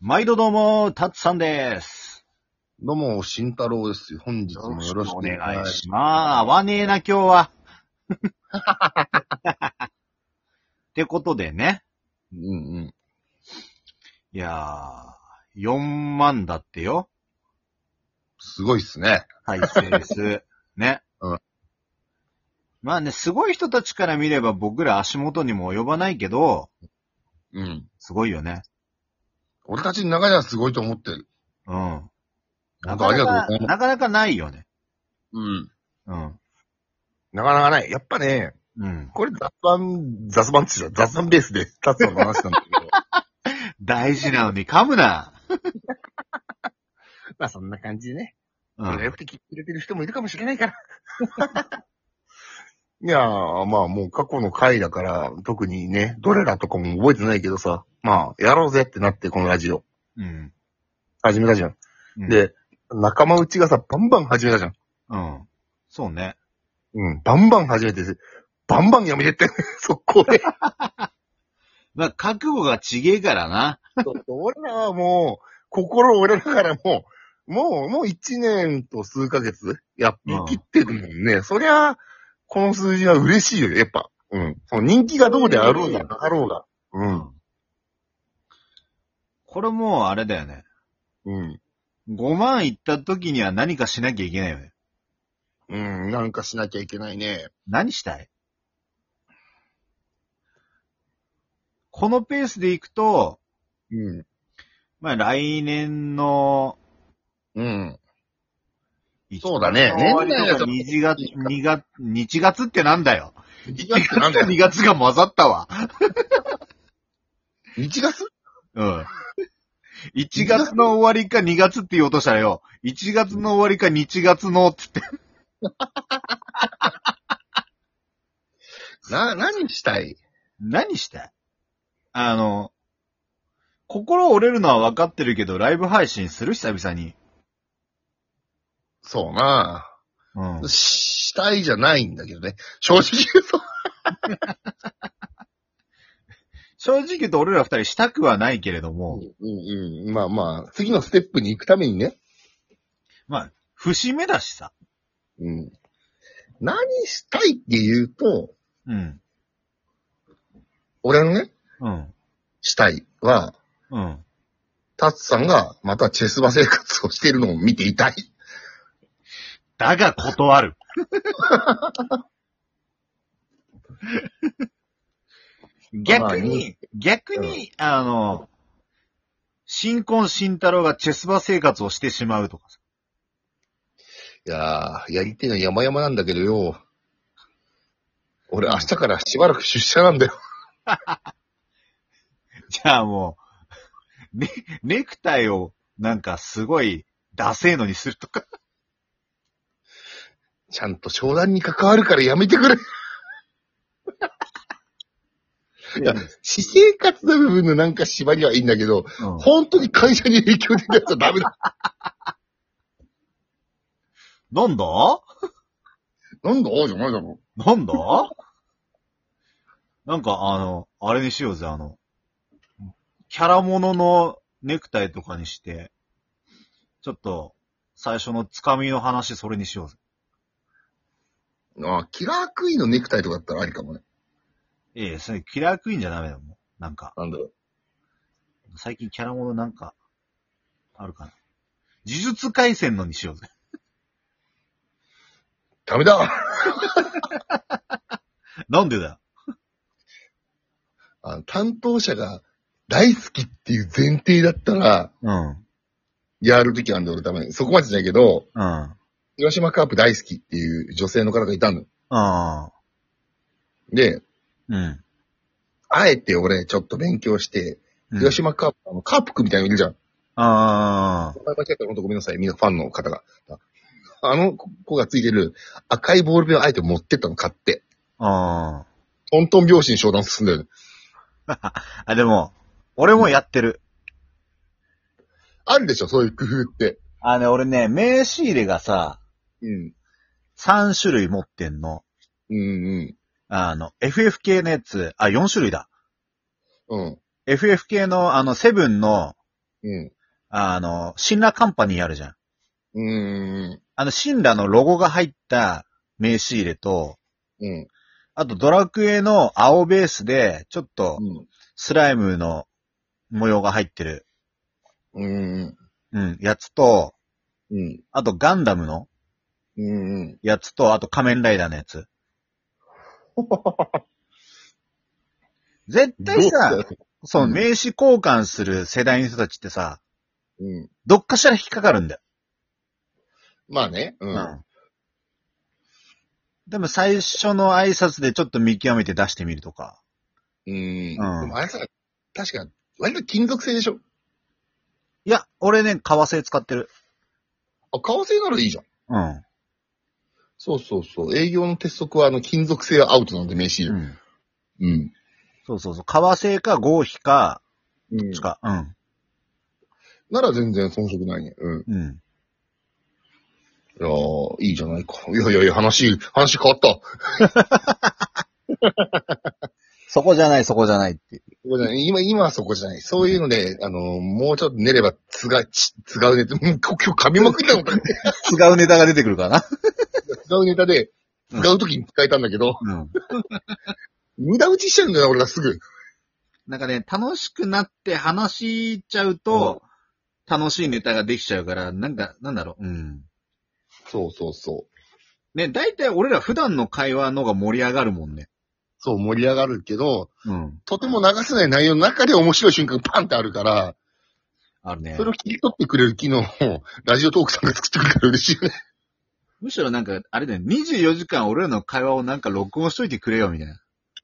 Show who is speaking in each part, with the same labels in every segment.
Speaker 1: 毎度どうも、たつさんです。
Speaker 2: どうも、慎太郎です。本日もよろしく
Speaker 1: お
Speaker 2: お
Speaker 1: 願
Speaker 2: 願い
Speaker 1: い
Speaker 2: し
Speaker 1: します。合わねえな、今日は。ってことでね。
Speaker 2: ます。うんうん。
Speaker 1: いやー、4万だってよ。
Speaker 2: すごいっすね。
Speaker 1: 再生数。ね。
Speaker 2: うん
Speaker 1: まあね、すごい人たちから見れば僕ら足元にも及ばないけど、
Speaker 2: うん。
Speaker 1: すごいよね。
Speaker 2: 俺たちの中ではすごいと思ってる。
Speaker 1: うん。なか
Speaker 2: 本当あり
Speaker 1: なか
Speaker 2: がとうござい、ます。
Speaker 1: なかなかないよね。
Speaker 2: うん。
Speaker 1: うん。
Speaker 2: なかなかない。やっぱね、
Speaker 1: うん。
Speaker 2: これ雑談、雑談って言ったら雑談ベー スで立つの話なんだけど。
Speaker 1: 大事なのに噛むな。
Speaker 2: まあそんな感じでね。
Speaker 1: う
Speaker 2: 俺がよ
Speaker 1: ん。
Speaker 2: くて聞いてくれてる人もいるかもしれないから。 いやー、まあもう過去の回だから、特にね、どれらとかも覚えてないけどさ、まあ、やろうぜってなって、このラジオ。
Speaker 1: うん。
Speaker 2: 始めたじゃん。
Speaker 1: うん、
Speaker 2: で、仲間内がさ、バンバン始めたじゃん。
Speaker 1: うん。そうね。
Speaker 2: うん、バンバン始めて、バンバンやめて って、速攻で。
Speaker 1: まあ、覚悟がちげえからな。
Speaker 2: 俺らはもう、心折れながらもう、もう、もう一年と数ヶ月、やっ
Speaker 1: うん
Speaker 2: ぱ、切ってるもんね。そりゃ、この数字は嬉しいよ、やっぱ。うん。その人気がどうであろうが、なかろうが。うん。
Speaker 1: これもうあれだよね。
Speaker 2: うん。
Speaker 1: 5万行った時には何かしなきゃいけないよね。
Speaker 2: うん、なんかしなきゃいけないね。
Speaker 1: 何したいこのペースで行くと、
Speaker 2: うん。
Speaker 1: まあ来年の、
Speaker 2: うん。そうだね
Speaker 1: 年終わりとか
Speaker 2: 年
Speaker 1: 2月、2月、2月ってなんだよ。
Speaker 2: 1月ってなんだよ。
Speaker 1: 2月が混ざったわ。
Speaker 2: 1月
Speaker 1: うん。1月の終わりか2月って言おうとしたらよ、1月の終わりか2月のって言って、
Speaker 2: な、何したい
Speaker 1: 何したいあの、心折れるのは分かってるけど、ライブ配信する久々に。
Speaker 2: そうな
Speaker 1: うん
Speaker 2: ぁ。したいじゃないんだけどね。正直言うと。
Speaker 1: 正直言うと俺ら二人したくはないけれども、
Speaker 2: うんうん。まあまあ、次のステップに行くためにね。
Speaker 1: まあ、節目だしさ。
Speaker 2: うん。何したいって言うと、
Speaker 1: うん。
Speaker 2: 俺のね、
Speaker 1: うん。
Speaker 2: したいは、
Speaker 1: うん。
Speaker 2: タツさんがまたチェスバ生活をしているのを見ていたい。
Speaker 1: だが断る。逆に、逆に、あの、新婚新太郎がチェスバ生活をしてしまうとかさ。
Speaker 2: いやー、やりてえの山々なんだけどよ。俺明日からしばらく出社なんだよ。
Speaker 1: じゃあもう、 ね、ネクタイをなんかすごいダセーのにするとか。
Speaker 2: ちゃんと商談に関わるからやめてくれ。いや、私生活の部分のなんか縛りはいいんだけど、
Speaker 1: うん
Speaker 2: 本当に会社に影響出たやつはダメだ。
Speaker 1: なんだ
Speaker 2: なんだああじゃないだろ。
Speaker 1: なんだなんかあの、あれにしようぜ、あの、キャラもののネクタイとかにして、ちょっと、最初のつかみの話、それにしようぜ。
Speaker 2: ああ、キラークイーンのネクタイとかだったらありかもね。
Speaker 1: ええ、それ、キラークイーンじゃダメだもん。なんか、
Speaker 2: なんだろう。
Speaker 1: 最近キャラものなんか、あるかな。呪術回戦のにしようぜ。
Speaker 2: ダメだ
Speaker 1: なんでだよ。
Speaker 2: あの担当者が大好きっていう前提だったら、
Speaker 1: うん。
Speaker 2: やるべきなんで俺ダメ。そこまでじゃないけど、
Speaker 1: うん。
Speaker 2: 広島カープ大好きっていう女性の方がいたの。
Speaker 1: ああ。
Speaker 2: で、
Speaker 1: うん。
Speaker 2: あえて俺ちょっと勉強して、広島カープ、あのカープくんみたいなのいるじゃん。
Speaker 1: ああ。
Speaker 2: お前間違ったら本当ごめんなさい、みんなファンの方が。あの子がついてる赤いボールペンをあえて持ってったの買って、
Speaker 1: あ
Speaker 2: トントン拍子に商談進んだよね。
Speaker 1: あ。あ、でも、俺もやってる。
Speaker 2: あるでしょ、そういう工夫って。
Speaker 1: あのね、俺ね、名刺入れがさ、
Speaker 2: うん。
Speaker 1: 3種類持ってんの。
Speaker 2: うんうん。
Speaker 1: あの、FF 系のやつ、あ、4種類だ。
Speaker 2: うん。
Speaker 1: FF 系の、あの、セブンの、
Speaker 2: うん。
Speaker 1: あの、シンラカンパニーあるじゃん。
Speaker 2: う
Speaker 1: あの、シンラのロゴが入った名刺入れと、
Speaker 2: ーん。うん。
Speaker 1: あとドラクエの青ベースで、ちょっと
Speaker 2: うん。
Speaker 1: スライムの模様が入ってる、
Speaker 2: うん。
Speaker 1: うん、やつと、
Speaker 2: うん。
Speaker 1: あとガンダムの
Speaker 2: うん。
Speaker 1: やつと、あと仮面ライダーのや つ。絶対
Speaker 2: ど
Speaker 1: さ
Speaker 2: う、
Speaker 1: その
Speaker 2: うん
Speaker 1: 名刺交換する世代の人たちってさ、
Speaker 2: うん。
Speaker 1: どっかしら引っかかるんだよ。
Speaker 2: まあね。う。
Speaker 1: うんん。でも最初の挨拶でちょっと見極めて出してみるとか。
Speaker 2: うん。で
Speaker 1: うん
Speaker 2: もあれさ、確か、割と金属製でしょ
Speaker 1: いや、俺ね、革製使ってる。
Speaker 2: あ、革製ならいいじゃん。
Speaker 1: うん。
Speaker 2: そうそうそう。営業の鉄則は、あの、金属製はアウトなので、名刺
Speaker 1: う
Speaker 2: 入
Speaker 1: ん。
Speaker 2: れ。うん。
Speaker 1: そうそうそう。革製か合皮か、
Speaker 2: うん
Speaker 1: しか。うん。
Speaker 2: なら全然遜色ないね。うん。
Speaker 1: うん。
Speaker 2: いやー、いいじゃないか。いやいやいや、話、話変わった。
Speaker 1: そこじゃない、そこじゃないっていう。
Speaker 2: そこじゃない今、今はそこじゃない。そういうので、あのー、もうちょっと寝れば、つが、ち、つがうネタ、うん今日、今日噛みまくったのかね。
Speaker 1: 違うネタが出てくるからな。
Speaker 2: つがうネタで、つがう時に使えたんだけど、
Speaker 1: うん。
Speaker 2: 無駄打ちしちゃうんだよな、俺がすぐ。
Speaker 1: なんかね、楽しくなって話しちゃうと、楽しいネタができちゃうから、なんか、なんだろう。うん。
Speaker 2: そうそうそう。
Speaker 1: ね、大体俺ら普段の会話のが盛り上がるもんね。
Speaker 2: そう、盛り上がるけど、
Speaker 1: うん。
Speaker 2: とても流せない内容の中で面白い瞬間がパンってあるから、
Speaker 1: あるね
Speaker 2: そ。れを切り取ってくれる機能を、ラジオトークさんが作ってくれるから嬉しいよね。
Speaker 1: むしろなんか、あれだよ、24時間俺らの会話をなんか録音しといてくれよ、みたいな。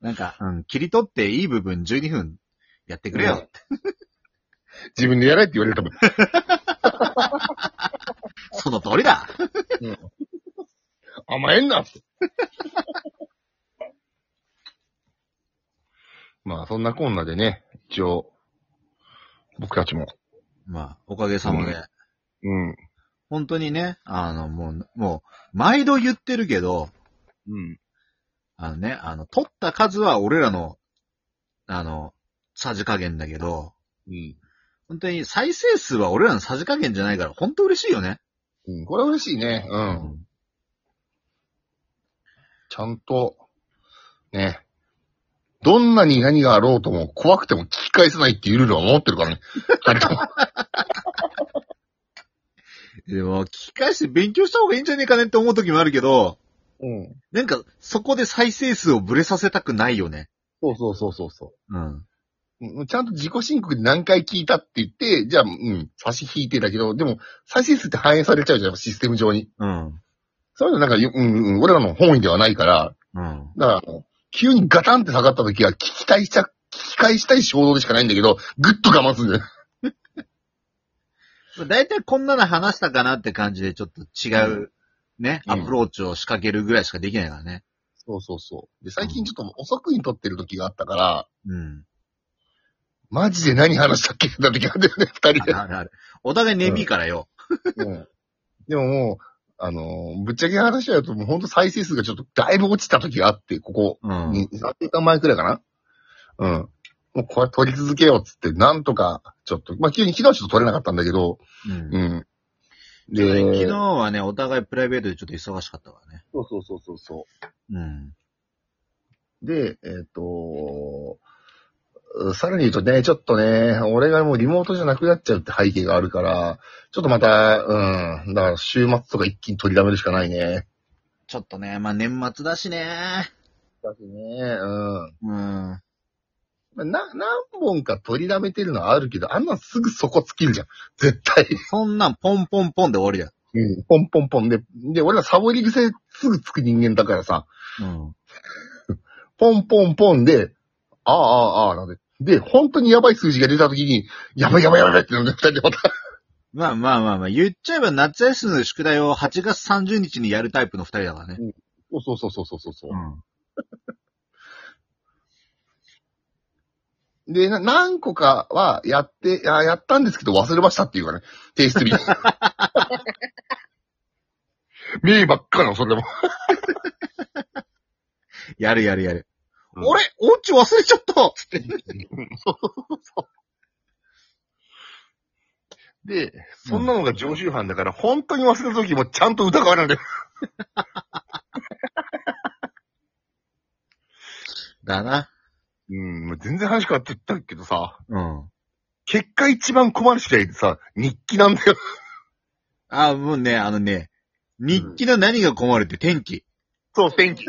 Speaker 1: なんか、うん、切り取っていい部分12分やってくれよ。
Speaker 2: 自分でやれって言われる多分。
Speaker 1: その通りだ
Speaker 2: 甘えんなって。 まあ、そんなこんなでね、一応、僕たちも、
Speaker 1: まあ、おかげさまで。
Speaker 2: ううん、
Speaker 1: 本当にね、あの、もう、もう、毎度言ってるけど、
Speaker 2: うん、
Speaker 1: あのね、あの、取った数は俺らの、あの、さじ加減だけど、
Speaker 2: うん、
Speaker 1: 本当に再生数は俺らのさじ加減じゃないから、本当嬉しいよね。
Speaker 2: うん。これは嬉しいね。う。。
Speaker 1: うん
Speaker 2: ちゃんと、ね。どんなに何があろうとも怖くても聞き返さないっていうルールは守ってる からね。二人とも。
Speaker 1: でも、聞き返して勉強した方がいいんじゃねえかねって思う時もあるけど、
Speaker 2: うん。
Speaker 1: なんか、そこで再生数をブレさせたくないよね。
Speaker 2: そうそうそうそうそう。
Speaker 1: うん。
Speaker 2: うんちゃんと自己申告で何回聞いたって言って、じゃあ、うん、差し引いてだけど、でも、再生数って反映されちゃうじゃん、システム上に。
Speaker 1: うん。
Speaker 2: そういうのなんか、ようん、うん、俺らの本意ではないから、
Speaker 1: うん。
Speaker 2: だからあの、急にガタンって下がった時は、聞きたいした、聞き返したい衝動でしかないんだけど、ぐっと我慢するんだよ。
Speaker 1: だいたいこんなの話したかなって感じで、ちょっと違う、ね、
Speaker 2: うん
Speaker 1: アプローチを仕掛けるぐらいしかできないからね。
Speaker 2: そうそうそう。で、最近ちょっと遅くに撮ってる時があったから、
Speaker 1: うん。
Speaker 2: マジで何話したっけな時があったよね、二人
Speaker 1: あるあるあるお互いネビーからよ。
Speaker 2: で。うんでももう、あのーぶっちゃけな話しちゃうと、もうほんと再生数がちょっとだいぶ落ちた時があって、ここ
Speaker 1: うん。
Speaker 2: に、3週間前くらいかなうん。もうこれ撮り続けようっつって、なんとか、ちょっと、まあ、急に昨日ちょっと撮れなかったんだけど、
Speaker 1: うん
Speaker 2: うん。
Speaker 1: 昨
Speaker 2: で、
Speaker 1: 日はね、お互いプライベートでちょっと忙しかったからね。
Speaker 2: そうそうそうそうそ
Speaker 1: うん。
Speaker 2: う。で、えっ、とさらに言うとね、ちょっとね、俺がもうリモートじゃなくなっちゃうって背景があるから、ちょっとまた、うん、だから週末とか一気に取りだめるしかないね。
Speaker 1: ちょっとね、まあ年末だしね。
Speaker 2: だしね、うん。
Speaker 1: うん。
Speaker 2: まあな、何本か取りだめてるのはあるけど、あんなのすぐそこ尽きるじゃん。絶対。
Speaker 1: そんなんポンポンポンで終わりだよ。
Speaker 2: うん、ポンポンポンで、で、俺らサボり癖すぐつく人間だからさ、
Speaker 1: うん。
Speaker 2: ポンポンポンで、ああ、ああ、ああ、なんで。で、本当にやばい数字が出た時に、やばいやばいやばいってなるんで、二人でまた。
Speaker 1: まあまあまあまあ、言っちゃえば夏休みの宿題を8月30日にやるタイプの二人だからね。
Speaker 2: そうそうそうそうそうそう、
Speaker 1: ん。
Speaker 2: で、な、何個かはやって、あやったんですけど忘れましたっていうかね、提 出日。目ばっかりの、それでも。
Speaker 1: やるやるやる。うん
Speaker 2: 俺、おうち忘れちゃったつって。 で、そんなのが常習犯だから、本当に忘れた時もちゃんと疑われるんだよ。
Speaker 1: だな。
Speaker 2: うん、もう全然話変わってったけどさ、
Speaker 1: うん。
Speaker 2: 結果一番困る試合ってさ、日記なんだよ。
Speaker 1: あ、もうね、あのね、日記の何が困るって天気。
Speaker 2: そう、天気。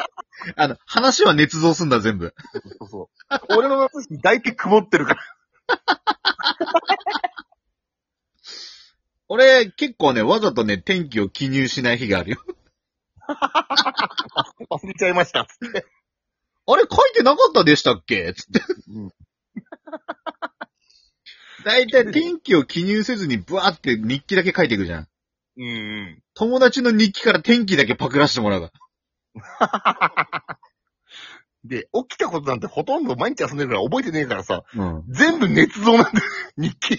Speaker 1: あの、話は捏造すんだ、全部。
Speaker 2: そうそう。俺の夏に大体曇ってるから。
Speaker 1: 俺、結構ね、わざとね、天気を記入しない日があるよ。
Speaker 2: 忘れちゃいました。
Speaker 1: あれ、書いてなかったでしたっけつって。
Speaker 2: うん
Speaker 1: だいたい天気を記入せずに、ブワーって日記だけ書いていくじゃん。
Speaker 2: うんうん。
Speaker 1: 友達の日記から天気だけパクらせてもらうから。
Speaker 2: で、起きたことなんてほとんど毎日遊んでるから覚えてねえからさ、
Speaker 1: うん。
Speaker 2: 全部捏造なんだよ。 日記。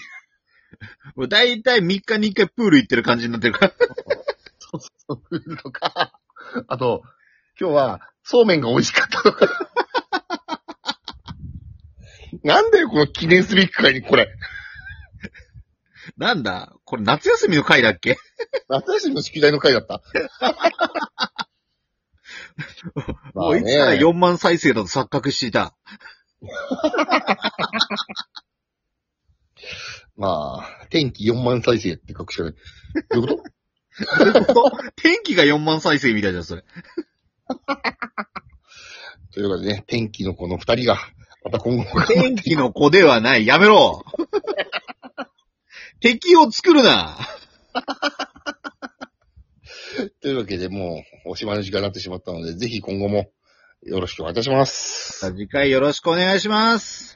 Speaker 1: もうだいたい3日に1回プール行ってる感じになってるから。
Speaker 2: とか、あと、今日は、そうめんが美味しかったとか。 なんだよ、この記念すべき会にこれ。
Speaker 1: なんだこれ夏休みの回だっけ
Speaker 2: 夏休みの宿題の会だった。
Speaker 1: もういつから4万再生だと錯覚していた。
Speaker 2: まあ、天気4万再生って書くしかない。どういうこと
Speaker 1: 天気が4万再生みたいじゃん、それ。
Speaker 2: ということでね、天気のこの二人が、また今後も
Speaker 1: 天気の子ではない。やめ ろ敵を作るな
Speaker 2: というわけでもう、おしまいの時間になってしまったので、ぜひ今後もよろしくお願いいたします。
Speaker 1: 次回よろしくお願いします。